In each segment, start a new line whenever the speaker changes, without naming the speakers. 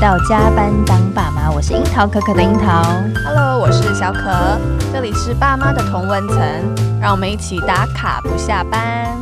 到加班当爸妈，我是樱桃可可的樱桃。
Hello，我是小可，这里是爸妈的同文层，让我们一起打卡不下班。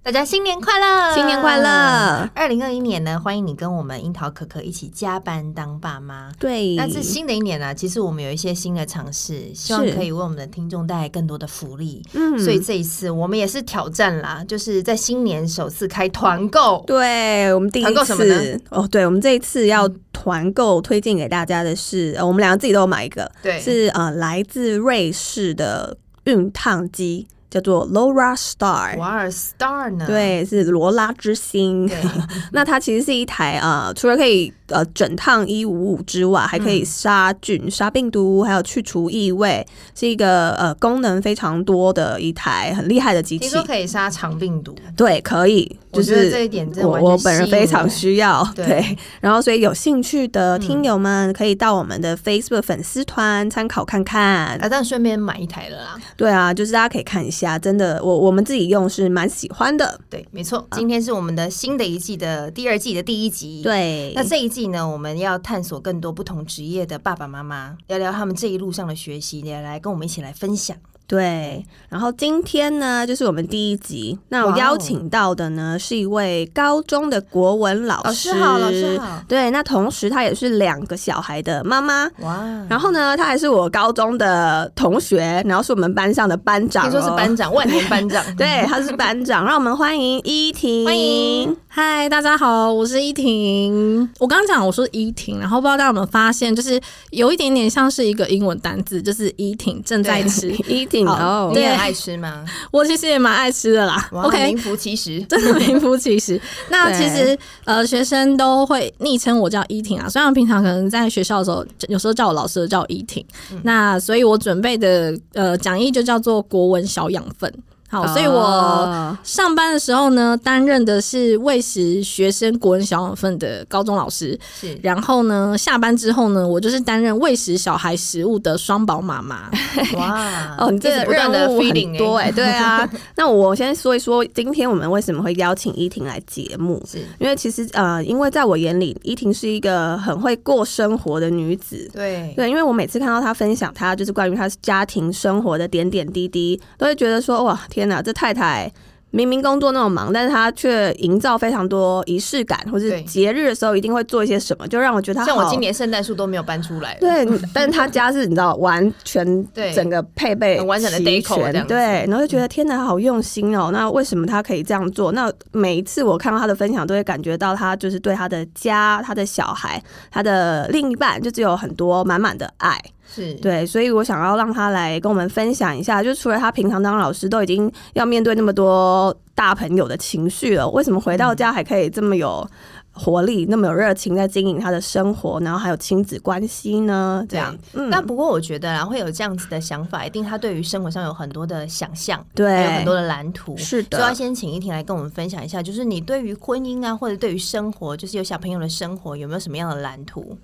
大家新年快乐！
新年快！乐！
二零二一年呢，欢迎你跟我们樱桃可可一起加班当爸妈。
对
那是新的一年呢、啊其实我们有一些新的尝试，希望
是
可以为我们的听众带来更多的福利。
嗯
所以这一次我们也是挑战啦，就是在新年首次开团购。
对我们第一
团购什么呢
次哦，对我们这一次要团购推荐给大家的是，呃、我们两个自己都有买一个，
对
是呃来自瑞士的熨烫机，叫做 Laura Star。
瓦尔 Star 呢？
对，是罗拉之星
嗯对。
那它其实是一台啊、呃除了可以呃整烫衣五五之外，还可以杀菌、杀病毒，还有去除异味，是一个呃功能非常多的一台很厉害的机
听
器
说。可以杀肠病毒，
对，可以，
我
就
觉得
是
这一点真的
我
完全
我本人
吸引
非常
我
需要
对嗯
对然后所以有兴趣的听友们可以到我们的 Facebook 粉丝团参考看看。
啊，但顺便买一台了啦。
对啊，就是大家可以看一下，真的，我我们自己用是蛮喜欢的。
对，没错，今天是我们的新的一季的第二季的第一集。。
对，
那这一季呢，我们要探索更多不同职业的爸爸妈妈，聊聊他们这一路上的学习，也来跟我们一起来分享。
对，然后今天呢，就是我们第一集。那
哇
我
哦
邀请到的呢，是一位高中的国文老师，
哦好，老师好，
对，那同时她也是两个小孩的妈
嗯
妈。
哇！
然后呢，她还是我高中的同学，然后是我们班上的班长、哦
听说是班。长，万年班长，
对，她是班长，让我们欢迎依婷。
欢迎，嗨，大家好，我是依婷。我刚刚讲我说依婷，然后不知道大家有没有发现，就是有一点点像是一个英文单字，就是依婷正在 吃。
依婷
好
哦
你，
对
也爱吃吗？
我其实也蛮爱吃的啦。
哇
OK，
名副其实。
真的名副其实。那其实呃，学生都会昵称我叫依婷啊，虽然平常可能在学校的时候，有时候叫我老师叫我依婷。那所以我准备的呃讲义就叫做国文小养分。好，所以我。
哦
上班的时候呢，担任的是喂食学生国文小养分的高中老师。
是，
然后呢，下班之后呢，我就是担任喂食小孩食物的双宝妈妈。
哇！
哦，你这
一直
个
不断
任
的
务很
feeling
多
欸
哎、对啊。那我先说一说，今天我们为什么会邀请依婷来节目？
是
因为其实呃，因为在我眼里，依婷是一个很会过生活的女子。
对，
对，因为我每次看到她分享她就是关于她家庭生活的点点滴滴，都会觉得说哇，天哪，这太太明明工作那么忙，但是她却营造非常多仪式感，或
对
是节日的时候一定会做一些什么，就让我觉得她
像我
好
今年圣诞树都没有搬出来，，
对，但是他家是你知道完全
对
整个配备
很完整的
齐
deco
全
这样子嗯
对，然后就觉得天哪，好用心哦。那为什么他可以这样做？那每一次我看到他的分享，都会感觉到他就是对他的家、他的小孩、他的另一半，就只有很多满满的爱。
是，
对，所以我想要让他来跟我们分享一下，就除了他平常当老师都已经要面对那么多大朋友的情绪了，为什么回到家还可以这么有活力、那么有热情在经营他的生活，然后还有亲子关系呢？这样，嗯，
但不过我觉得啦，会有这样子的想法，一定他对于生活上有很多的想象，还有
对
很，多的蓝图。
是
所以要
的，
先请依婷来跟我们分享一下，就是你对于婚姻啊，或者对于生活，就是有小朋友的生活，有没有什么样的蓝图？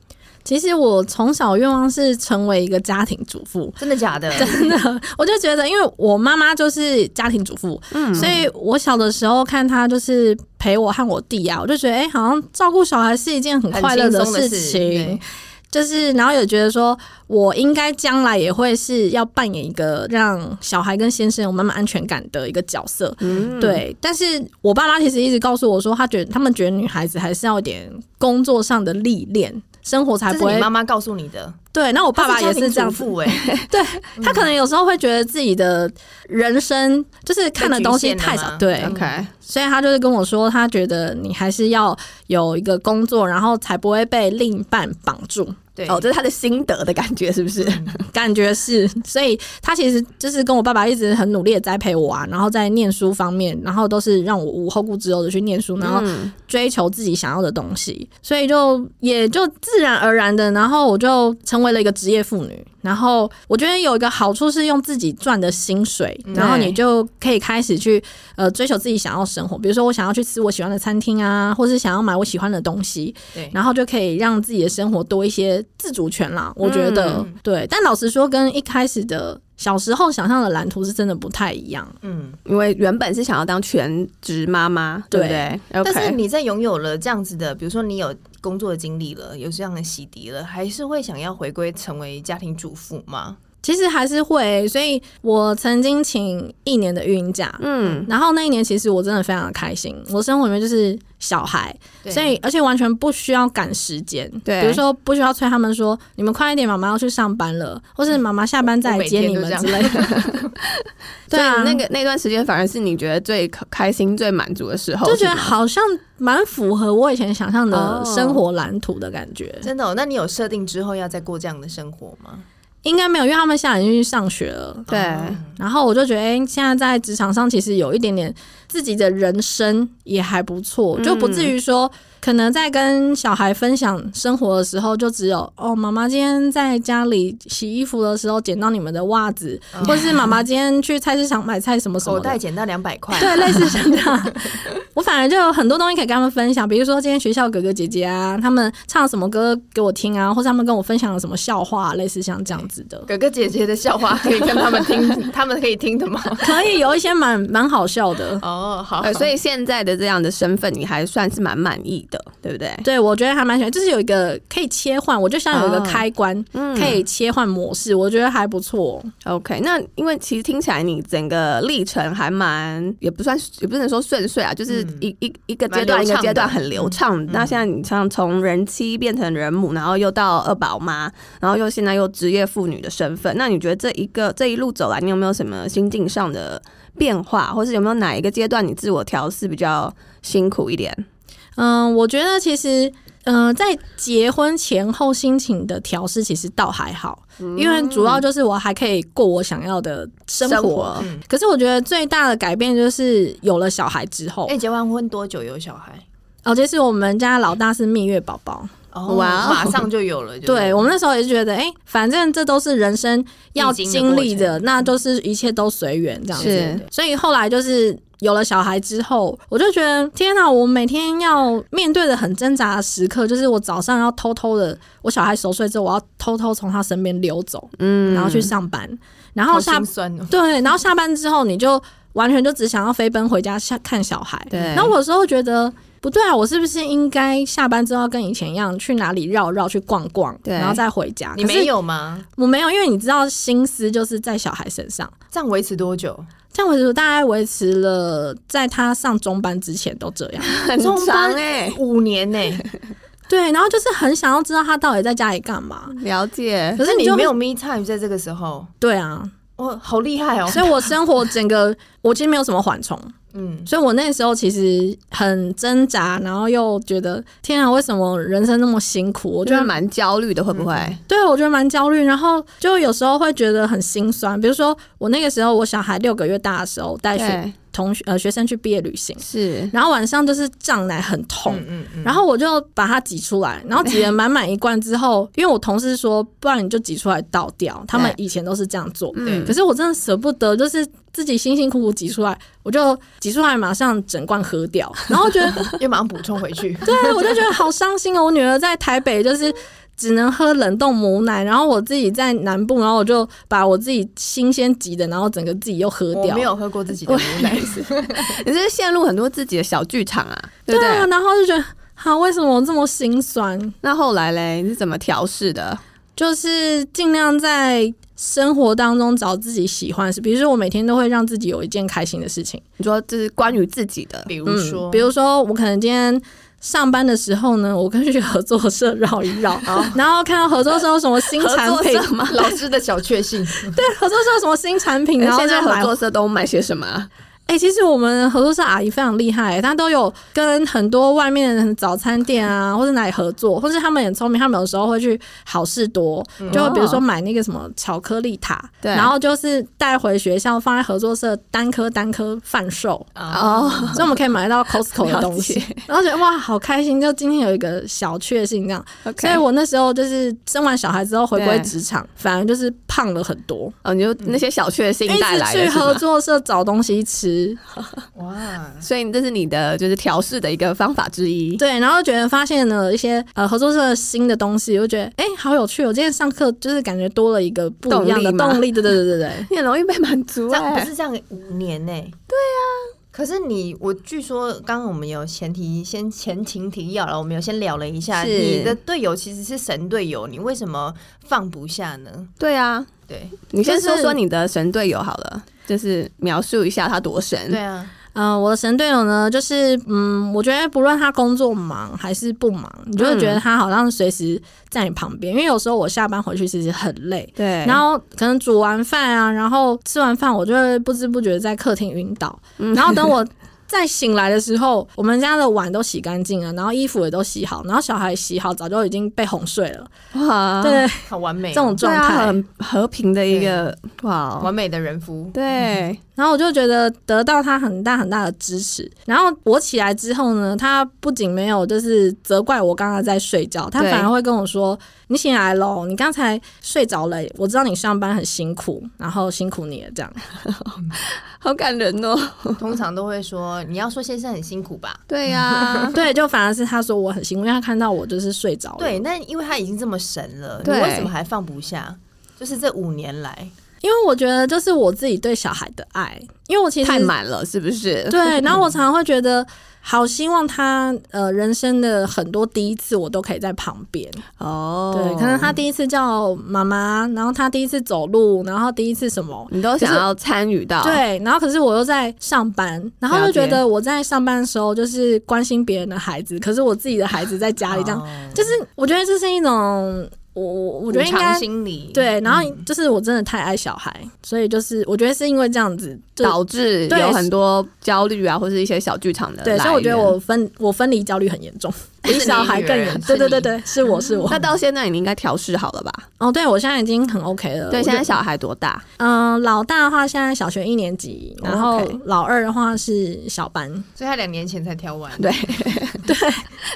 其实我从小愿望是成为一个家庭主妇。
真的假的？
真的， 我就觉得，因为我妈妈就是家庭主妇，
嗯
所以我小的时候看她就是陪我和我弟啊，我就觉得，哎、好像照顾小孩是一件很
很
快乐
轻松的
事
事
情。，就是，然后也觉得说，我应该将来也会是要扮演一个让小孩跟先生有满满安全感的一个角色。
嗯，
对，但是我爸妈其实一直告诉我说，他觉得他们觉得女孩子还是要有点工作上的历练，生活才
这
不
是你
会
妈妈告诉你的，
对。那我爸爸也是这样子，
哎、欸，
他可能有时候会觉得自己的人生就是看的东西太少，
被局
对
限了，吗嗯
，OK，
所以他就是跟我说，他觉得你还是要有一个工作，然后才不会被另一半绑住。
对，
哦，这是他的心得的感觉，是不是？
嗯
感觉是，所以他其实就是跟我爸爸一直很努力的栽培我啊，然后在念书方面，然后都是让我无后顾之忧的去念书，然后
嗯
追求自己想要的东西，所以就也就自然而然的，然后我就成为了一个职业妇女。然后我觉得有一个好处是用自己赚的薪水，然后你就可以开始去呃追求自己想要生活，比如说我想要去吃我喜欢的餐厅啊，或是想要买我喜欢的东西，
对
然后就可以让自己的生活多一些自主权啦。我觉得、
嗯
对，但老实说，跟一开始的。小时候想象的蓝图是真的不太一样。
嗯，
因为原本是想要当全职妈妈，对不对
对
？OK，
但是你在拥有了这样子的，比如说你有工作的经历了，有这样的洗涤了，还是会想要回归成为家庭主妇吗？
其实还是会，所以我曾经请一年的孕假，
嗯，
然后那一年其实我真的非常的开心，我生活里面就是小孩，所以而且完全不需要赶时间，
对
比如说不需要催他们说你们快一点，妈妈要去上班了，或是妈妈下班再来接你们之类的。 对啊，
所以那个那段时间反而是你觉得最开开心、最满足的时候，
就觉得
是吗
好像蛮符合我以前想象的
哦
生活蓝图的感觉。
真的、哦，那你有设定之后要再过这样的生活吗？
应该没有，因为他们现在已经去上学了。
对。
然后我就觉得，哎、现在在职场上其实有一点点自己的人生也还不错，
嗯
就不至于说可能在跟小孩分享生活的时候，就只有哦，妈妈今天在家里洗衣服的时候捡到你们的袜子，
嗯
或是妈妈今天去菜市场买菜什么什么
口
的
袋捡到两百块，
对，类似像这样，我反而就有很多东西可以跟他们分享，比如说今天学校哥哥姐姐啊，他们唱什么歌给我听啊，或者他们跟我分享了什么笑话，类似像这样子的，
哥哥姐姐的笑话可以跟他们听， 他们可以听的吗？
可以有一些蛮蛮好笑的。
哦， 好
呃，所以现在的这样的身份，你还算是蛮满意的，对不对？
对，我觉得还蛮喜欢，就是有一个可以切换，我就像有一个
哦
开关、
嗯
可以切换模式，我觉得还不错。
OK，那因为其实听起来你整个历程还蛮，也不算也不能说顺遂啊，就是
嗯
一、一一个阶
蛮
段一
流
个
畅
阶
的
段很流畅。那现在你像从人妻变成人母，然后又到二宝妈，然后又现在又职业妇女的身份，那你觉得这一个这一路走来，你有没有什么心境上的变化，或是有没有哪一个阶段你自我调试比较辛苦一点？
嗯，我觉得其实，嗯、在结婚前后心情的调试其实倒还好，因为主要就是我还可以过我想要的生活。
嗯
可是我觉得最大的改变就是有了小孩之后
哎、，结完婚多久有小孩？
哦，就是我们家老大是蜜月宝宝，
哦，
哇哦
马上就有了，就是
对我们那时候也觉得，哎、反正这都是人生要
必经的
经历的，
过程嗯
那就是一切都随缘这样子。
是
所以后来就是有了小孩之后，我就觉得天哪、我每天要面对的很挣扎的时刻，就是我早上要偷偷的，我小孩熟睡之后，我要偷偷从他身边溜走，
嗯
然后去上班，然后
好
下
心酸哦。
对，然后下班之后你就完全就只想要飞奔回家下看小孩。
对
然后我有时候觉得不对啊，我是不是应该下班之后跟以前一样去哪里绕绕去逛逛，
对
然后再回家？
你
啊可是
没有吗？
我没有，因为你知道心思就是在小孩身上。
这样维持多久？
这样我就大概维持了，在他上中班之前都这样。
很
中
长
班
哎、
五年呢、
对，然后就是很想要知道他到底在家里干嘛。
了解。
可是
哎那
你
你
就
没
会
有 me time 在这个时候，
对啊，
哇，好厉害哦！
所以我生活整个 我其实没有什么缓冲，
嗯，
所以我那时候其实很挣扎，然后又觉得天啊，为什么人生那么辛苦？我
我
觉
觉得
嗯
得嗯
蛮焦虑的，会不会？
对我觉得蛮焦虑，然后就有时候会觉得很心酸。比如说我那个时候，我小孩六个月大的时候，带学
对，
同学呃学生去毕业旅行，
是
然后晚上就是胀奶很痛。
嗯嗯嗯
然后我就把它挤出来，然后挤了满满一罐之后， 因为我同事说，不然你就挤出来倒掉。他们以前都是这样做，
嗯
可是我真的舍不得，就是自己辛辛苦苦挤出来，我就挤出来，马上整罐喝掉，然后觉得，。
又马上补充回去
对我就觉得好伤心哦。我女儿在台北就是只能喝冷冻母奶，然后我自己在南部，然后我就把我自己新鲜挤的，然后整个自己又喝
我
掉
没。有喝过自己的牛奶，
你是陷入很多自己的小剧场啊，对
对
不对？
啊，然后就觉得，好，为什么我这么心酸？
那后来嘞，你是怎么调试的？
就是尽量在生活当中找自己喜欢的事，比如说我每天都会让自己有一件开心的事情，
你说这是关于自己的，
比如
嗯，
说，
比如说我可能今天。上班的时候呢，我跟去合作社绕一 绕，然后看到合作社有什么新产
哦
品，
合作社吗？
老师的小确 幸，
对，合作社有什么新产品，然后
呃现在
就买
合。作社都买些什么啊？
哎、其实我们合作社阿姨非常厉害、她都有跟很多外面的早餐店啊，或者哪里合作，或是他们也很聪明，他们有时候会去好事多，就比如说买那个什么巧克力塔，
哦对
然后就是带回学校放在合作社单颗单颗贩售，
啊
哦，
所以我们可以买到 Costco 的东西
了，
然后觉得哇好开心，就今天有一个小确幸这样。所以
OK，
我那时候就是生完小孩之后回归
对
职场，反而就是胖了很多，
哦，你就那些小确幸
嗯一
带
直
来
去
的是
合
吗？
作社找东西吃，师。
哇，
所以这是你的就是调试的一个方法之一。
对，然后觉得发现了一些呃合作社的新的东西，我就觉得哎、好有趣哦！今天上课就是感觉多了一个不一样
动
的
力吗
动力，对对对 对对。
你很容易被满足、
这样
哎
不是这样五年呢、对啊。可是你，我据说刚刚我们有前提先前情提要了，我们有先聊了一下，
是
你的队友其实是神队友，你为什么放不下呢？
对啊，
对，
你先
就是
说说你的神队友好了，就是描述一下他多神。
对啊，
嗯、我的神队友呢，就是嗯，我觉得不论他工作忙还是不忙，你就会觉得他好像随时在你旁边。因为有时候我下班回去其实很累，
对，
然后可能煮完饭啊，然后吃完饭，我就会不知不觉在客厅晕倒。
嗯
然后等我再醒来的时候，我们家的碗都洗干净了，然后衣服也都洗好，然后小孩洗好，早就已经被哄睡了。
哇，
对，
好完美哦，
这种
对
状
啊，
态。
很和平的一个哇哦，
完美的人夫，
对，
然后我就觉得得到他很大很大的支持。然后我起来之后呢，他不仅没有就是责怪我刚刚在睡觉，他
对
反而会跟我说：“你醒来喽，你刚才睡着了，我知道你上班很辛苦，然后辛苦你了。”这样。，
好感人哦。
通常都会说你要说先生很辛苦吧。
对呀
对，就反而是他说我很辛苦，因为他看到我就是睡着了。
对，，那因为他已经这么神了，你
对
为什么还放不下？就是这五年来，
因为我觉得就是我自己对小孩的爱，因为我其实
太满了，是不是？
对，然后我常常会觉得。好希望他呃人生的很多第一次我都可以在旁边，
哦，
对，可能他第一次叫妈妈，然后他第一次走路，然后第一次什么，
你都想要参与到，，
对，然后可是我又在上班，然后
了
就觉
解
得我在上班的时候就是关心别人的孩子，可是我自己的孩子在家里这样，
哦
就是我觉得这是一种我我我觉得应
补偿
该
心理
对，然后
嗯
就是我真的太爱小孩，所以就是我觉得是因为这样子，就
导致
对
有很多焦虑啊，或是一些小剧场的
对，所以
来
我觉得
源
我分我分离焦虑很严重，
不是
比小孩
你女
更
儿
严。
是
对对对
你
对，是我是我。
那到现在你应该调试好了吧？
哦，对我现在已经很 OK 了。
对，
我
现
觉
在
得
小孩多大？
嗯、老大的话现在小学一年级，然后
OK
老二的话是小班。
所以他两年前才挑完，
对，对，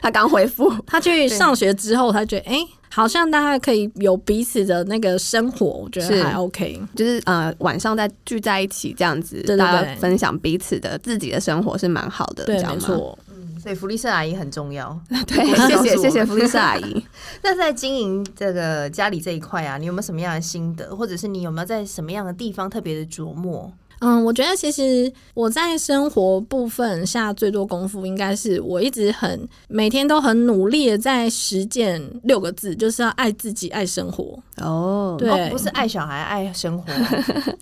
他刚恢复，
他去上学之后，他觉得哎、诶好像大家可以有彼此的那个生活，我觉
是
得还 OK。
就是呃晚上再聚在一起这样子，
对对
大家
对
分享彼此的自己的生活是蛮好的，
对
这，样
没
吗，
错。
嗯所以福利社阿姨很重要。
对，谢谢谢 谢福利社阿姨。
那在经营这个家里这一块啊，你有没有什么样的心得，或者是你有没有在什么样的地方特别的琢磨？
嗯，我觉得其实我在生活部分下最多功夫，应该是我一直很每天都很努力的在实践六个字，就是要爱自己、爱生活。
哦，
对，
哦，不是爱小孩，爱生 活。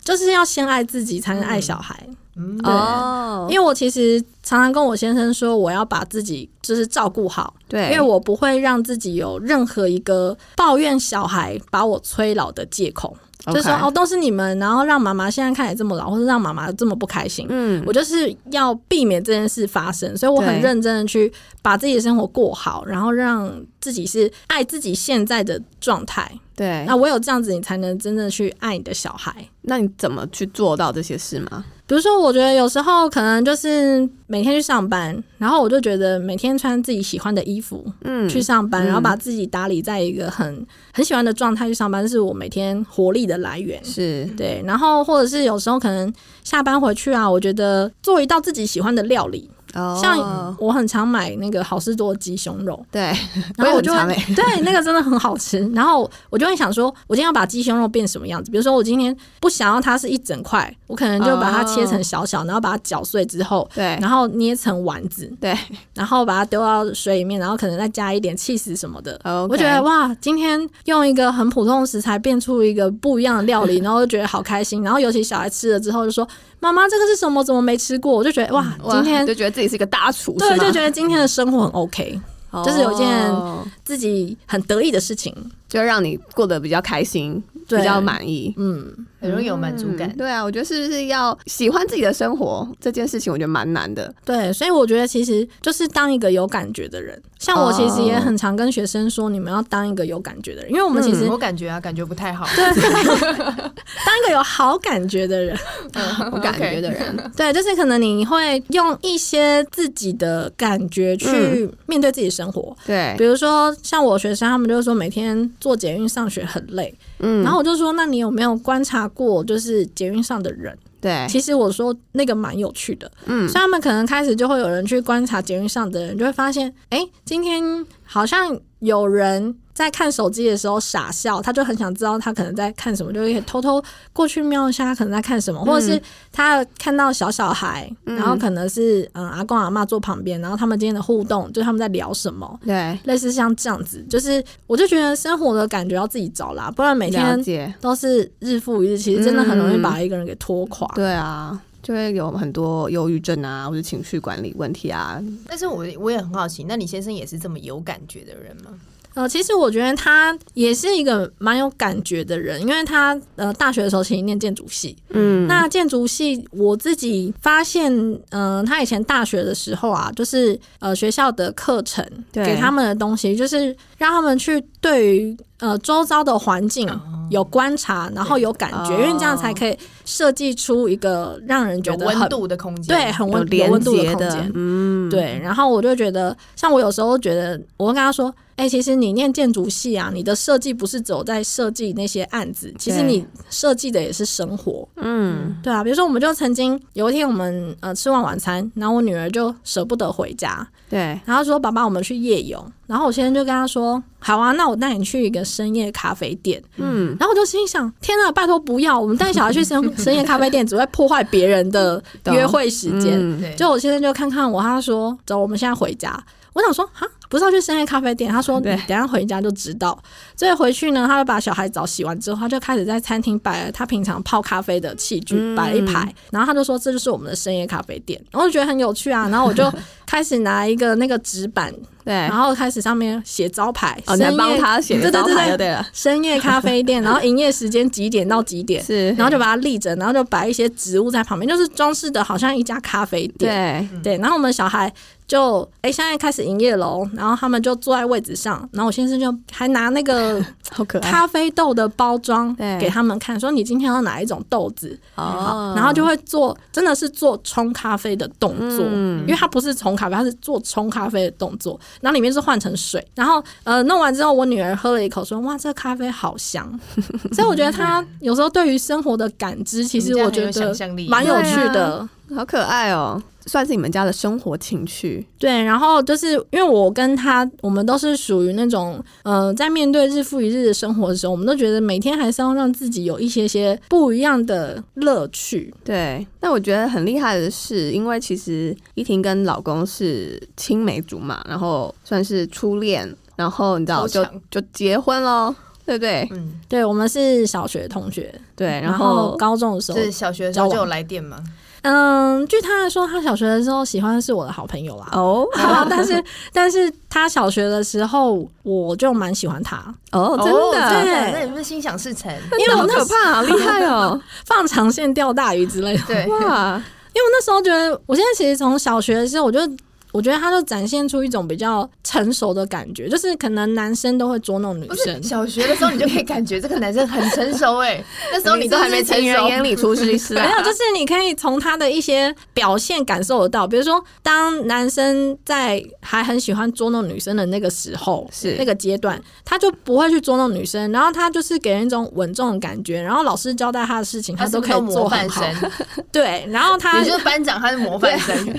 就是要先爱自己，才能爱小孩。
嗯，
哦，
因为我其实常常跟我先生说，我要把自己就是照顾好，
对，
因为我不会让自己有任何一个抱怨小孩把我催老的借口。就是说
OK
哦，都是你们，然后让妈妈现在看起来这么老，或者让妈妈这么不开心。
嗯，
我就是要避免这件事发生，所以我很
对
认真的去把自己的生活过好，然后让自己是爱自己现在的状态。
对，
那
那
唯有这样子，你才能真的去爱你的小孩。
那你怎么去做到这些事吗？
比如说，我觉得有时候可能就是每天去上班，然后我就觉得每天穿自己喜欢的衣服
嗯，
去上班，
嗯
然后把自己打理在一个很很喜欢的状态去上班，是我每天活力的来源。
是
对，然后或者是有时候可能下班回去啊，我觉得做一道自己喜欢的料理，
哦，
像我很常买那个好事多鸡胸肉，
对，
然后
我
我
也
就
很常欸
会对那个真的很好吃，然后我就会想说，我今天要把鸡胸肉变什么样子？比如说我今天不想要它是一整块，我可能就把
哦
它切成小小，然后把它搅碎之后，
对
然后捏成丸子，
对，
然后把它丢到水里面，然后可能再加一点 cheese 什么的。
OK
我觉得哇，今天用一个很普通的食材变出一个不一样的料 理，然后就觉得好开心。然后尤其小孩吃了之后就说：“妈妈，这个是什么？怎么没吃过？”我就觉得嗯哇，今
哇
天
就觉得自己是个大厨，
对，就觉
得
得今天的生活很 OK，就是有一件自己很得意的事情。
哦就让你过得比较开心，
对
比较满意。
嗯，
很容易有满足感
嗯。对啊，我觉得是不是要喜欢自己的生活这件事情，我觉得蛮难的。
对，所以我觉得其实就是当一个有感觉的人。像我其实也很常跟学生说，你们要当一个有感觉的人，因为我们其实
嗯我感觉啊，感觉不太好。
当一个有好感觉 的人，
我感觉的 人
对，就是可能你会用一些自己的感觉去面对自己的生活。
嗯对
比，如说，像我学生，他们就说每天坐捷运上学很累，
嗯
然后我就说，那你有没有观察过，就是捷运上的人？
对，
其实我说那个蛮有趣的，
嗯
所以他们可能开始就会有人去观察捷运上的人，就会发现，哎、今天好像有人在看手机的时候傻笑，他就很想知道他可能在看什么，就会偷偷过去瞄一下他可能在看什
嗯
么，或者是他看到小小孩，然后可能是嗯阿公阿妈坐旁边，然后他们今天的互动，就是他们在聊什么。
对，
类似像这样子，就是我就觉得生活的感觉要自己找啦，不然每
了
天
解，
都是日复一日，其实真的很容易
嗯
把一个人给拖垮。
对啊，就会有很多忧郁症啊，或者情绪管理问题啊，
但是我我也很好奇，那你先生也是这么有感觉的人吗？
呃，其实我觉得他也是一个蛮有感觉的人，因为他呃大学的时候其实念建筑系，
嗯，
那建筑系我自己发现，嗯、他以前大学的时候啊，就是呃学校的课程
对
给他们的东西，就是让他们去对于呃周遭的环境。有观察，然后有感觉，
哦
因为这样才可以设计出一个让人觉
有
得
温
很
度的空间，
对，很
有
温有
连
温度的
接
空
的
间，，
嗯，
对，然后我就觉得，像我有时候觉得，我会跟他说，哎、其实你念建筑系啊，你的设计不是只有在设计那些案子，其实
对
你设计的也是生活。
嗯，
对啊，比如说我们就曾经有一天我们呃吃完晚餐，然后我女儿就舍不得回家，
对，
然后说爸爸我们去夜游，然后我先生就跟她说，好啊，那我带你去一个深夜咖啡店。
嗯，
然后我就心里想，天呐，拜托不要，我们带小孩去深 深夜咖啡店只会破坏别人的
懂
约会时间。
嗯
对，
就我先生就看看我，他说走，我们现在回家。我想说哈，不是要去深夜咖啡店？他说你
对
等一下回家就知道。所以回去呢，他就把小孩澡洗完之后，他就开始在餐厅摆了他平常泡咖啡的器具，
嗯
摆了一排。然后他就说这就是我们的深夜咖啡店，然后我就觉得很有趣 啊。然后我就开始拿一个那个纸板，
对
然，后开始上面写招牌，
哦，你
深
还
夜
帮他写个
对对
招
对
牌就
对
对了，
深夜咖 啡店，然后营业时间几点到几点。
是，
然后就把它立着，然后就摆一些植物在旁边，就是装饰的，好像一家咖啡店。
对，
对，然后我们小孩就哎、诶现在开始营业喽，然后他们就坐在位置上，然后我先生就还拿那 个
好可爱，
咖啡豆的包装
对
给他们看，说你今天要哪一种豆子，
哦
嗯
嗯然后就会做真的是做冲咖啡的动作。
嗯
因为它不是冲咖啡，它是做冲咖啡的动作，然后里面是换成水，然后呃弄完之后，我女儿喝了一口说：“哇，这咖啡好香。” 所以我觉得她有时候对于生活的感知，其实
你们家很
我
有
觉
想
得
象力
蛮有趣
对
的。
啊好可爱哦，算是你们家的生活情趣，
对，然后就是因为我跟他，我们都是属于那种，呃，在面对日复一日的生活的时候，我们都觉得每天还是要让自己有一些些不一样的乐趣。
对，但我觉得很厉害的是，因为其实依婷跟老公是青梅竹马，然后算是初恋，然后你知道
超
就
强
就结婚喽，对不对？
嗯，
对，我们是小学同学，
对，
嗯然
然
后
后
高中的时候
就，是小学的时候就有来电吗？
嗯，据他来说，他小学的时候喜欢的是我的好朋友啦。
哦
然后，但是，但是他小学的时候，我就蛮喜欢他。
哦，真
真
的，
的，
对
那你们心想事成，
因为我
好
那
可怕，好厉害哦，
放长线钓大鱼之类的，
对，
哇，
因为我那时候觉得，我现在其实从小学的时候，我就我觉得他就展现出一种比较成熟的感觉，就是可能男生都会捉弄女
不
生
是。小学的时候你就可以感觉这个男生很成熟哎，那时候你都还没成
情人
熟，
眼里出西施
没
啊，
有，就是你可以从他的一些表现感受得到，比如说，当男生在还很喜欢捉弄女生的那个时候，
是
那个阶段，他就不会去捉弄女生，然后他就是给人一种稳重的感觉，然后老师交代 他的事情，
他
都
是不
可
是都
以做
模范
很好
生。，
对，然后他
也就是班长，他是模范生，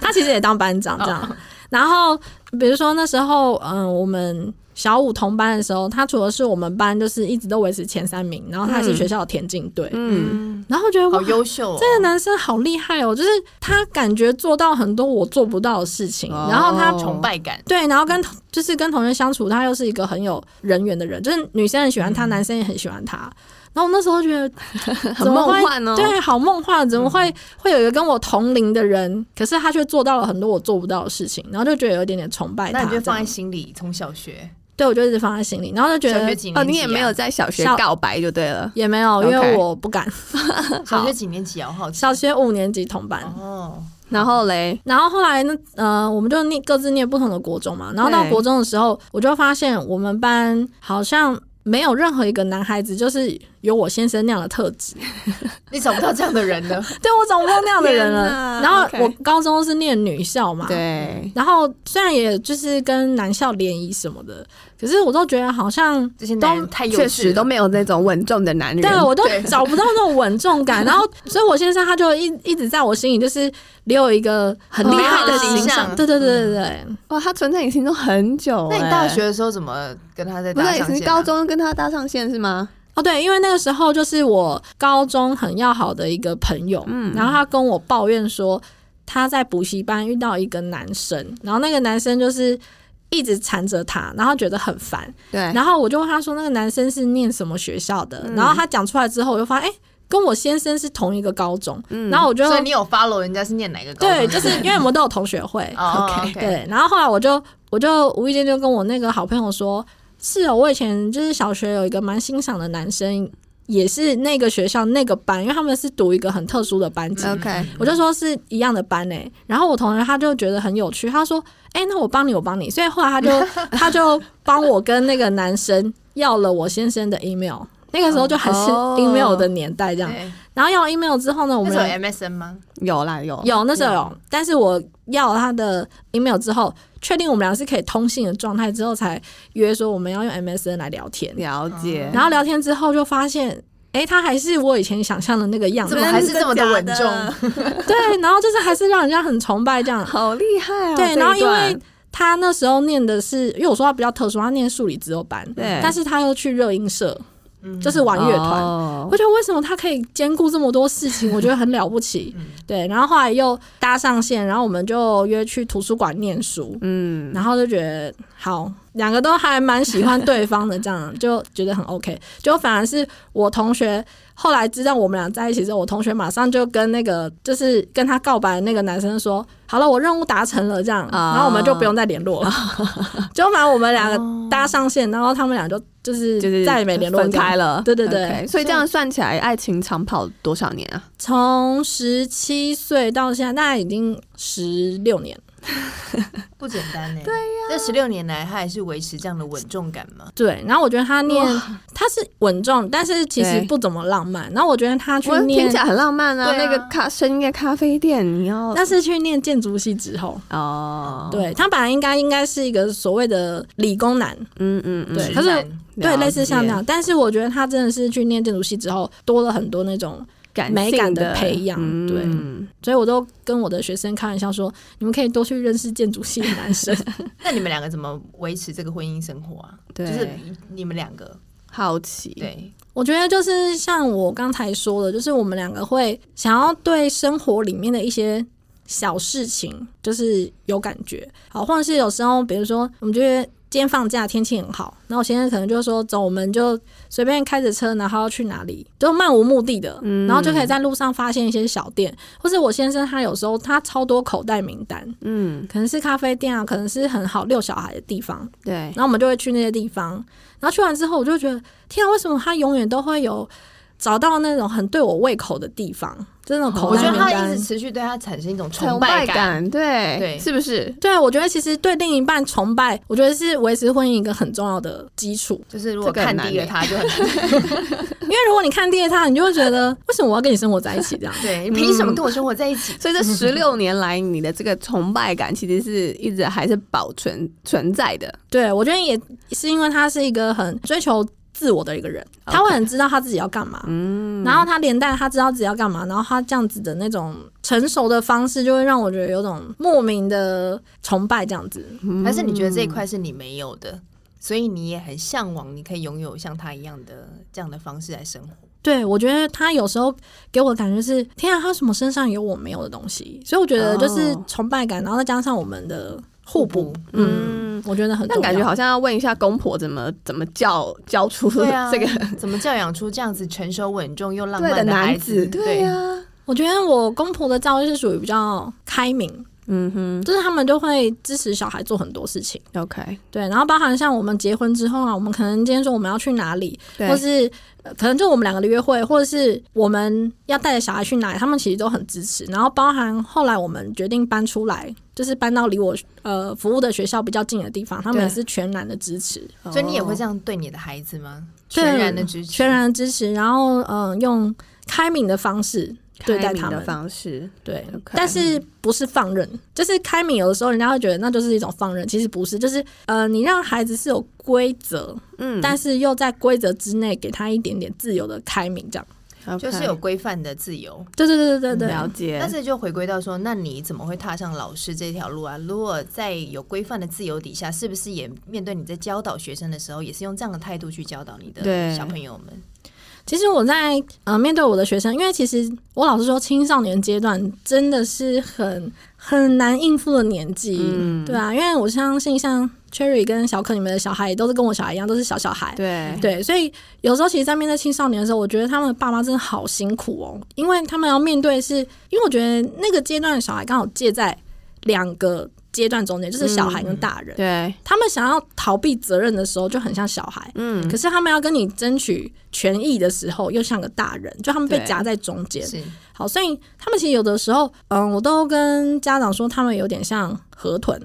他其实也当班长这样。然后比如说那时候，嗯，我们小五同班的时候，他除了是我们班，就是一直都维持前三名，然后他是
嗯
学校的田径队，
嗯。
然后觉得
好
哇。
优秀哦，
这个男生好厉害哦，就是他感觉做到很多我做不到的事情，
哦
然后他
崇拜感，
对，然后跟同就是跟同学相处，他又是一个很有人缘的人，就是女生很喜欢他，男生也很喜欢他。然后我那时候觉得
嗯
很
怎么会
梦幻哦
对，好梦幻，怎么会、会有一个跟我同龄的人，可是他却做到了很多我做不到的事情，然后就觉得有一点点崇拜
那
他
你就
这样。
放在心里，从小学
对，我就一直放在心里，然后就觉
小学
得
几年级啊？
哦，你也没有在小学
小
告白就对了。
也没有，因
OK
为我不敢。
小学几年级啊？我好奇
嗯小学五年级同班，
哦，
然后嘞，
然后后来呢，呃，我们就念各自念不同的国中嘛。然后到
对
国中的时候，我就发现我们班好像没有任何一个男孩子就是有我先生那样的特质。
你找不到这样的人的，
对我找不到那样的 人
天哪
了。然后
OK
我高中是念女校嘛，
对，
然后虽然也就是跟男校联谊什么的，可是我都觉得好像
这些男人太幼
确
稚
实
了，
都哎没有那种稳重的男人。
对啊我都
对
找不到那种稳重感。然后，所以我先生他就一一直在我心里就是留有一个很厉害的
很好的
形
形象
象。对对对对对，
哇，他存在你心中很久
那
欸。
你大学的时候怎么跟他在
不
搭上
是
线、啊？
你是高中跟他搭上线是吗？
哦对，因为那个时候就是我高中很要好的一个朋友，然后他跟我抱怨说他在补习班遇到一个男生，然后那个男生就是。一直缠着他，然后觉得很烦，
哎
对，
然后我就问他说那个男生是念什么学校的，
嗯
然后他讲出来之后，我就发现哎、诶跟我先生是同一个高中，
嗯
然后我就
嗯所以你有 follow 人家是念哪个高中？
对，就是因为我们都有同学会，
哦
OK，
OK，
对，然后后来我就我就无意间就跟我那个好朋友说，是哦，我以前就是小学有一个蛮欣赏的男生，也是那个学校那个班，因为他们是读一个很特殊的班级。
OK，
我就说是一样的班诶、然后我同学他就觉得很有趣，他说：“哎、那我帮你，我帮你。”所以后来他 就他就帮我跟那个男生要了我先生的 email，那个时候就还是
哦
email 的年代这样。
对
然后要了 email 之后呢，我
那
们
时候嗯
有
有 MSN 吗？
有啦有
有那时候有，但是我要了他的 email 之后，确定我们俩是可以通信的状态之后，才约说我们要用 MSN 来聊天。
了解，
然后聊天之后就发现，诶，他还是我以前想象的那个样子
怎，么还是这么的稳
真
重？
假
对，然后就是还是让人家很崇拜这 样。
好厉害啊！
对，
这
然后
一
因
段
为他那时候念的是，因为我说他比较特殊，他念数理自由班，
对
但是他又去热音社，
嗯
就是玩乐团。
哦
我觉得为什么他可以兼顾这么多事情，我觉得很了 不起。对，然后后来又搭上线，然后我们就约去图书馆念书，
嗯，
然后就觉得好，两个都还蛮喜欢对方的，这样 就觉得很 OK。就反而是我同学后来知道我们俩在一起之后，我同学马上就跟那个就是跟他告白的那个男生说：“好了，我任务达成了。”这样，
啊
然后我们就不用再 联络了。就反正我们两个搭上线，然后他们俩就就是
哦就是
再也没联络
分
这样
开了。
对对对
OK，所以这样算起来，爱情长跑多少年啊？
从十七岁到现在，大概已经十六年。
不简单呢、对呀、这十六年来，他还是维持这样的稳重感吗？
对，然后我觉得他念他是稳重，但是其实
对
不怎么浪漫。然后我觉得他去
我听
念
起，来很浪漫啊，
对
那
啊
个咖深夜咖啡店，你要
但是去念建筑系之后，
哦，，
对他本来应该应该是一个所谓的理工男，
嗯嗯嗯，
对
直
可是
男
对，类似像那
了
样。但是我觉得他真的是去念建筑系之后，多了很多那种，
解感
美感
性
的
的
培养对
嗯
所以我都跟我的学生开玩笑说，你们可以多去认识建筑系的男生。
那你们两个怎么维持这个婚姻生活啊？就
对，
是你们两个
好奇，
对，
我觉得就是像我刚才说的，就是我们两个会想要对生活里面的一些小事情，就是有感觉，好，或者是有时候，比如说我们觉得今天放假天气很好，那我先生可能就说走，我们就随便开着车，然后去哪里，就漫无目的的，然后就可以在路上发现一些小店，或是我先生他有时候他超多口袋名单，
嗯
可能是咖啡店啊，可能是很好遛小孩的地方，
对，
然后我们就会去那些地方，然后去完之后，我就觉得天啊，为什么他永远都会有找到那种很对我胃口的地方，就是那种口
我
袋
觉得
名
他
单
一直。持续对他产生一种
崇
拜感。
感，对
对
是不是？
对，啊我觉得其实对另一半崇拜，我觉得是维持婚姻一个很重要的基础。
就是如果
这个很
看
难
低了
欸
他，就很难。
因为如果你看第二他，你就会觉得为什么我要跟你生活在一起这样？
对，你凭什么跟我生活在一起？
所以这十六年来，你的这个崇拜感其实是一直还是保存存在的。
对我觉得也是因为他是一个很追求自我的一个人，他会很知道他自己要干嘛。嗯，然后他连带他知道自己要干嘛，然后他这样子的那种成熟的方式，就会让我觉得有种莫名的崇拜这样子。
还是你觉得这一块是你没有的，所以你也很向往，你可以拥有像他一样的这样的方式来生活。
对，我觉得他有时候给我的感觉是，天啊，他什么身上有我没有的东西，所以我觉得就是
哦
崇拜感，然后再加上我们的互补，
嗯，
我觉得很重
但
要。
感觉好像要问一下公婆怎么怎么教教出
对啊，
这个
怎么教养出这样子成熟稳重又浪
对
漫孩
男
子？
对呀、
我觉得我公婆的教育是属于比较开明，
嗯哼
就是他们就会支持小孩做很多事情。
，OK，
对，然后包含像我们结婚之后啊，我们可能今天说我们要去哪里，
对
或是呃可能就我们两个的约会，或者是我们要带着小孩去哪里，他们其实都很支持。然后包含后来我们决定搬出来，就是搬到离我呃服务的学校比较近的地方，他们
对
也是全然的支持。
哦啊
所以你也会这样对你的孩子吗？
对
全然的支持，
全然的支持，然后嗯、呃用开明的方式对待
开明
他
的
们。
方式，
对
OK
但是不是放任，就是开明。有的时候人家会觉得那就是一种放任，其实不是，就是呃，你让孩子是有规则，
嗯，
但是又在规则之内给他一点点自由的开明，这样。
就是有规范的自由。
对对对对对
OK，
对
嗯了，解，
但是就回归到说，那你怎么会踏上老师这条路啊？如果在有规范的自由底下，是不是也面对你在教导学生的时候，也是用这样的态度去教导你的
对
小朋友们？
其实我在呃面对我的学生，因为其实我老实说，青少年阶段真的是很很难应付的年纪，
嗯
对啊，因为我相信像 Cherry 跟小可你们的小孩也都是跟我小孩一样，都是小小孩，
对
对，所以有时候其实，在面对青少年的时候，我觉得他们的爸妈真的好辛苦哦，因为他们要面对是，因为我觉得那个阶段的小孩刚好介在两个阶段中间，就是小孩跟大人，
对，
他们想要逃避责任的时候就很像小孩，
嗯，
可是他们要跟你争取权益的时候又像个大人，就他们被
对
夹在中间。
是
好，所以他们其实有的时候，嗯，我都跟家长说，他们有点像河豚，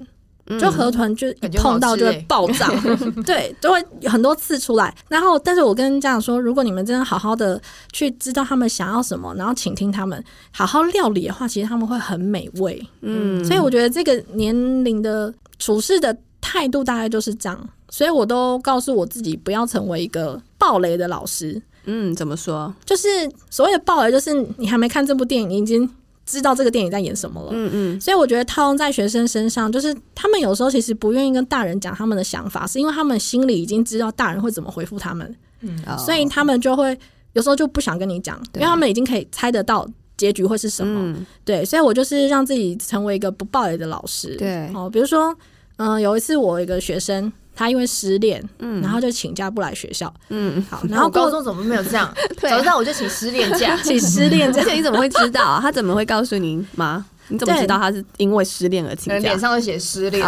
就河豚就一
嗯感觉很好
碰到
吃
就会
欸
爆炸， 对，就会有很多刺出来。然后，但是我跟家长说，如果你们真的好好的去知道他们想要什么，然后倾听他们，好好料理的话，其实他们会很美味。
嗯，
所以我觉得这个年龄的处事的态度大概就是这样。所以我都告诉我自己，不要成为一个暴雷的老师。
嗯，怎么说？
就是所谓的暴雷，就是你还没看这部电影，你已经知道这个电影在演什么了。
嗯嗯，
所以我觉得套用在学生身上，就是他们有时候其实不愿意跟大人讲他们的想法，是因为他们心里已经知道大人会怎么回复他们，
嗯
哦
所以他们就会有时候就不想跟你讲，因
对
为他们已经可以猜得到结局会是什么。
嗯
对，所以我就是让自己成为一个不暴雷的老师。
对
哦，比如说，嗯、有一次我有一个学生，他因为失恋，
嗯
然后就请假不来学校。
嗯，
好，
然
然
后
后
高
过。
中怎么没有这 样？
对啊
早知道我就 请失恋假
请失恋这
而
样。
且你怎么会知道啊？他怎么会告诉你吗？你怎么
对
知道他是因为失恋而请
可能
假
脸？上都写失恋，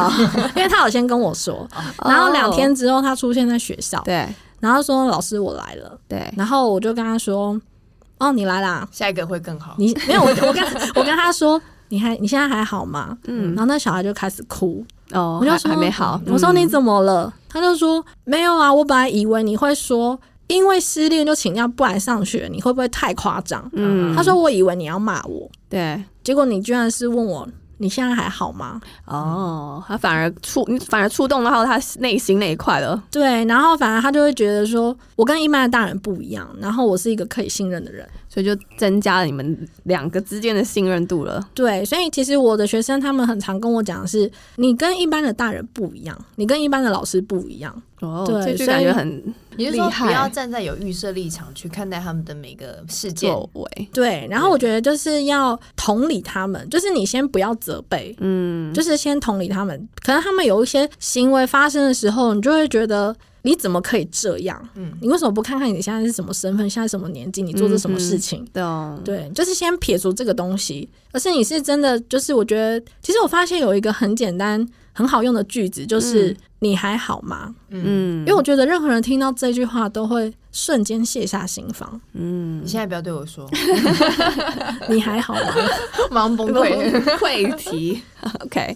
因为他有先跟我说，
哦
然后两天之后他出现在学校，
对
然后说老师我来了，
对，
然后我就跟他说，哦你来啦，
下一个会更好。
你没有我我跟我跟他说你还你现在还好吗？嗯，然后那小孩就开始哭，
哦，
我就
还
说嗯
还没好。嗯
我说你怎么了？他就说没有啊，我本来以为你会说因为失恋就请假不来上学，你会不会太夸张？
嗯，
他说我以为你要骂我，
对。
结果你居然是问我你现在还好吗？
哦，他反而触，你反而触动到他内心那一块了。
对，然后反而他就会觉得说，我跟一般的大人不一样，然后我是一个可以信任的人。
所以就增加了你们两个之间的信任度了。
对，所以其实我的学生他们很常跟我讲的是，你跟一般的大人不一样，你跟一般的老师不一样。
哦，
对
这句
所以
感觉很
你是说
厉害
不要站在有预设立场去看待他们的每个事件？
作为，
对，然后我觉得就是要同理他们，就是你先不要责备，
嗯，
就是先同理他们。可能他们有一些行为发生的时候，你就会觉得你怎么可以这样？
嗯
你为什么不看看你现在是什么身份，现在什么年纪，你做这什么事情？
懂，
对，就是先撇除这个东西，而是你是真的，就是我觉得，其实我发现有一个很简单、很好用的句子，就是、你还好吗？
嗯，
因为我觉得任何人听到这句话都会瞬间卸下心防，
嗯
你现在不要对我说，
你还好吗？
马上崩溃。
溃题，OK。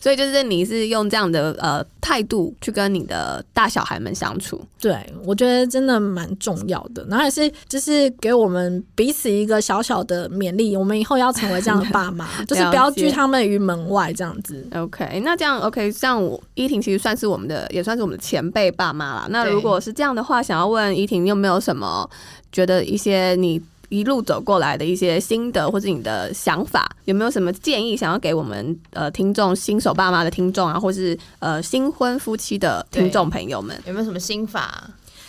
所以就是你是用这样的呃态度去跟你的大小孩们相处，
对，我觉得真的蛮重要的，然后也是就是给我们彼此一个小小的勉励，我们以后要成为这样的爸 妈，就是不要
了解
拒他们于门外这样子。
OK，那这样 OK，像我依婷其实算是我们的，也算是我们的前辈爸妈啦。那
对
如果是这样的话，想要问依婷，你有没有什么觉得一些你一路走过来的一些心得，或者你的想法，有没有什么建议想要给我们呃听众新手爸妈的听众啊，或是呃新婚夫妻的听众朋友们？
有没有什么心法？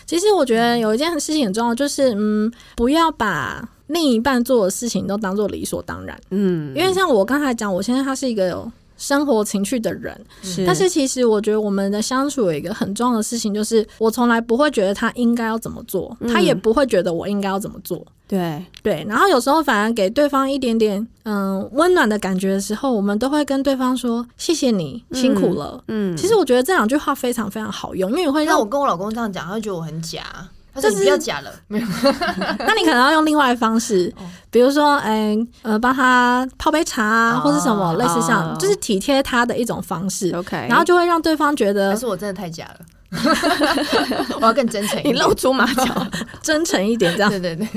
其实我觉得
嗯
有一件事情很重要，就是嗯，不要把另一半做的事情都当做理所当然，
嗯，
因为像我刚才讲，我现在他是一个有生活情趣的人，
是
但是其实我觉得我们的相处有一个很重要的事情，就是我从来不会觉得他应该要怎么做，
嗯
他也不会觉得我应该要怎么做。
对，
对，然后有时候反而给对方一点点嗯温暖的感觉的时候，我们都会跟对方说谢谢你辛苦了。
嗯，
其实我觉得这两句话非常非常好用，因为会
那
让
我跟我老公这样讲，他会觉得我很假。他他说
就
你
是
不要假了，没有
那你可能要用另外的方式
哦，
比如说，哎、呃，帮他泡杯茶啊，或是什么
哦
类似像
哦，
就是体贴他的一种方式，
OK，
然后就会让对方
嗯
他
觉得
说我真的太假了， 我要更真诚一
你
点。
露啊嗯出马 脚
真诚一点，这样
对对对，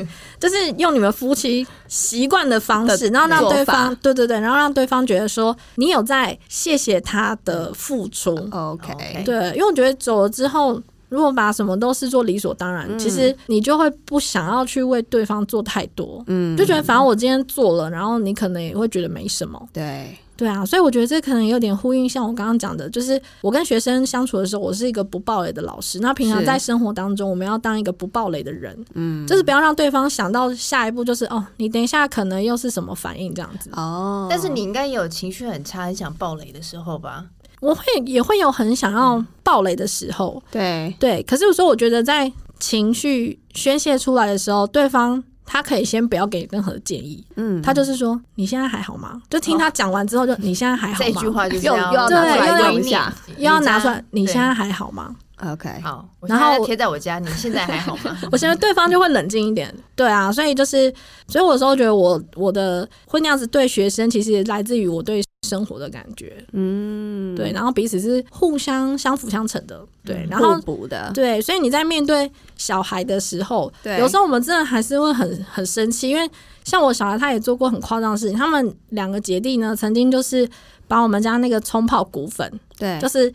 就是用你们夫妻习惯的方式，然后让对
做
方，对对对，然后让对方觉得说你有在谢谢他的付出，
，OK，
对，因为我觉得走了之后。如果把什么都视作理所当然，
嗯
其实你就会不想要去为对方做太多，
嗯
就觉得反正我今天做了，然后你可能也会觉得没什么。
对，
对啊，所以我觉得这可能有点呼应，像我刚刚讲的，就是我跟学生相处的时候，我是一个不暴雷的老师。那平常
是
在生活当中，我们要当一个不暴雷的人，
嗯，
就是不要让对方想到下一步就是哦，你等一下可能又是什么反应这样子。
哦，
但是你应该也有情绪很差、很想爆雷的时候吧？
我会也会有很想要暴雷的时候，
对
对。可是有时候我觉得在情绪宣泄出来的时候，对方他可以先不要给任何建议，
嗯
他就是说你现在还好吗？就听他讲完之后就，你现在还好
这
吗？
句话就是
哎又
要
又要
拿出来
对
用
一下，
又
又要拿出
你
来，你
对
现在还好吗？
OK，
家好，我
然
现
后
在
我
贴在我家，你现在还好 吗？
我觉得对方就会冷静一点，对啊，所以就是，所以我有时候觉得我我的会那样子对学生，其实也来自于我对生活的感觉，
嗯，
对，然后彼此是互相相辅相成的，对
嗯，
然后
互补的，
对，所以你在面对小孩的时候，
对
有时候我们真的还是会很很生气，因为像我小孩他也做过很夸张的事情，他们两个姐弟呢，曾经就是把我们家那个冲泡骨粉，
对
就，是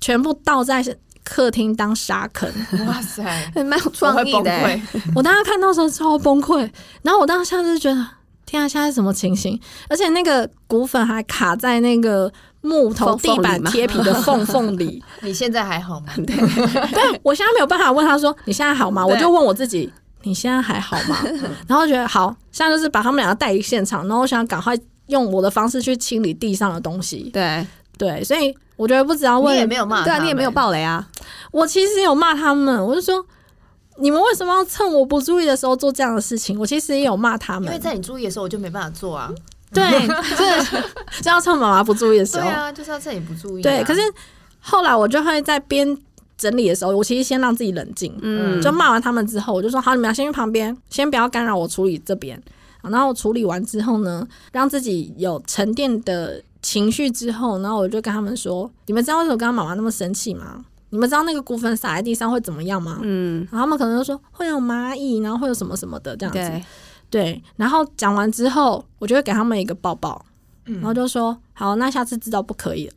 全部倒在客厅当沙 坑。
哇塞，
还蛮有
我会
创意
崩
的欸，
溃。
我当时看到的时候超崩溃，然后我当下就觉得，天啊，现在是什么情形？而且那个骨粉还卡在那个木头
缝缝
地
里
板
吗
贴皮的缝缝里。
你现在还好吗？
但我现在没有办法问他说你现在好吗？
对
我就问我自己。你现在还好吗？
嗯
然后觉得好，现在就是把他们两个带离现场，然后我想赶快用我的方式去清理地上的东西。
对，
对，所以我觉得不只要
你也
问
没有骂，
对啊，你也没有
爆。
爆雷啊，
我其实有骂他们，我就说你们为什么要趁我不注意的时候做这样的事情？我其实也有骂他们，
因为在你注意的时候，我就没办法做啊。
对，就是就要趁妈妈不注意的时
哦
对
候。
啊，就是要趁你不注意啊。
对，可是后来我就会在边整理的时候，我其实先让自己冷静，
嗯，
就骂完他们之后，我就说好，你们要先去旁边，先不要干扰我处理这边。然后处理完之后呢，让自己有沉淀的情绪之后，然后我就跟他们说：你们知道为什么刚刚妈妈那么生气吗？你们知道那个骨粉撒在地上会怎么样吗？
嗯，
然后他们可能就说会有蚂蚁，然后会有什么什么的这样子。
对，
对，然后讲完之后，我就会给他们一个抱抱，
嗯
然后就说好，那下次知道不可以了。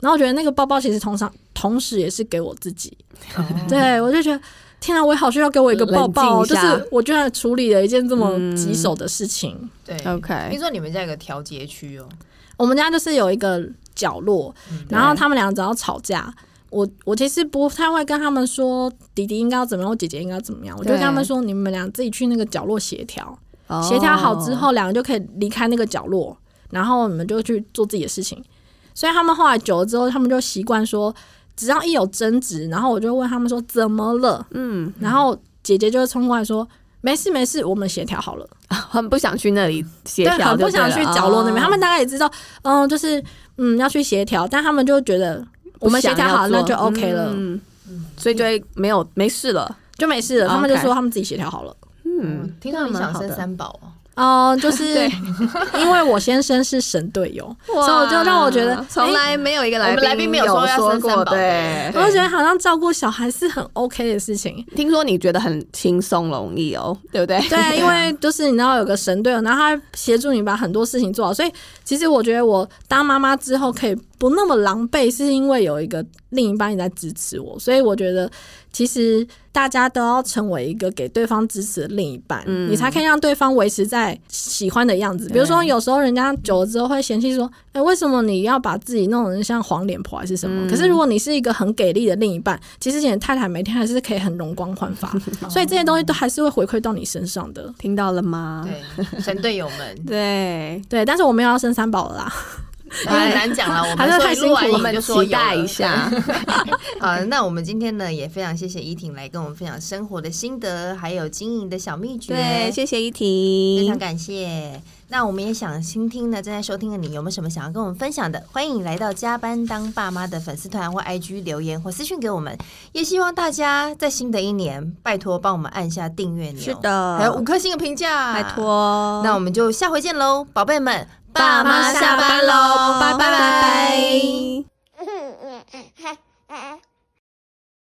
然后我觉得那个抱抱其实同常同时也是给我自己，
哦
对我就觉得天啊，我也好需要给我一个抱
嗯
抱，
冷静一
就
下
是我居然处理了一件这么
嗯
棘手的事情。
对。听
OK，
说你们家有个调节区哦，
我们家就是有一个角落，
嗯
然后他们俩只要吵架。我我其实不太会跟他们说弟弟应该要怎么样，或姐姐应该要怎么样。我就跟他们说，你们俩自己去那个角落协调。
哦
协调好之，后，两个就可以离开那个角落，然后你们就去做自己的事情。所以他们后来久了之后，他们就习惯说，只要一有争执，然后我就问他们说怎么了，
嗯，
然后姐姐就会冲过来说。没事没事，我们协调好了。
很不想去那里协
对，
调，
很不
就对
想
了
去角落那边。
哦
他们大概也知道，嗯，就是嗯要去协调，但他们就觉得我们协调好，
不想
那
要
就
做
OK 了，
嗯所以就会没有没事了，
就没事了。他们就
OK
说他们自己协调好了。
嗯，
听说你
那蛮
想
好
生
的
三宝哦，
哦，就是
对
因为我先生是神队友，
哇
所以我就让我觉得
从哎来没有一个
我们来宾没有
有
说要
说
生三
过，
宝的
对。
我就觉得好像照顾小孩是很 OK 的 事情。
听说你觉得很轻松容易哦，对不对？
对，因为就是你知道有个神队友，然后他协助你把很多事情做好，所以其实我觉得我当妈妈之后可以不那么狼狈，是因为有一个另一半一直在支持我，所以我觉得其实大家都要成为一个给对方支持的另一半，
嗯
你才可以让对方维持在喜欢的样子。比如说
对
有时候人家久了之后会嫌弃说，哎、为什么你要把自己弄成像黄脸婆还是什么？
嗯
可是如果你是一个很给力的另一半，其实你的太太每天还是可以很容光 焕发。所以这些东西都还是会回馈到你身上的。
听到了吗？，
对神队友们
对，
对，但是我没有要生三宝了啦。
很难讲了。我
还
们
是
所
太
以录
辛苦
完，
我
影
们
就说
期
有
待
了
一下。
好，那我们今天呢也非常谢谢依婷来跟我们分享生活的心得，还有经营的小秘诀，
对，谢谢依
非
婷
常。感谢。那我们也想倾听呢，正在收听的你有没有什么想要跟我们分享的？欢迎你来到加班当爸妈的粉丝团或 IG 留言或私讯给我们。也希望大家在新的一年，拜托帮我们按下订阅钮，
是的啊
还有五颗星的评价，
拜。托。
那我们就下回见喽，宝贝们，
爸妈下班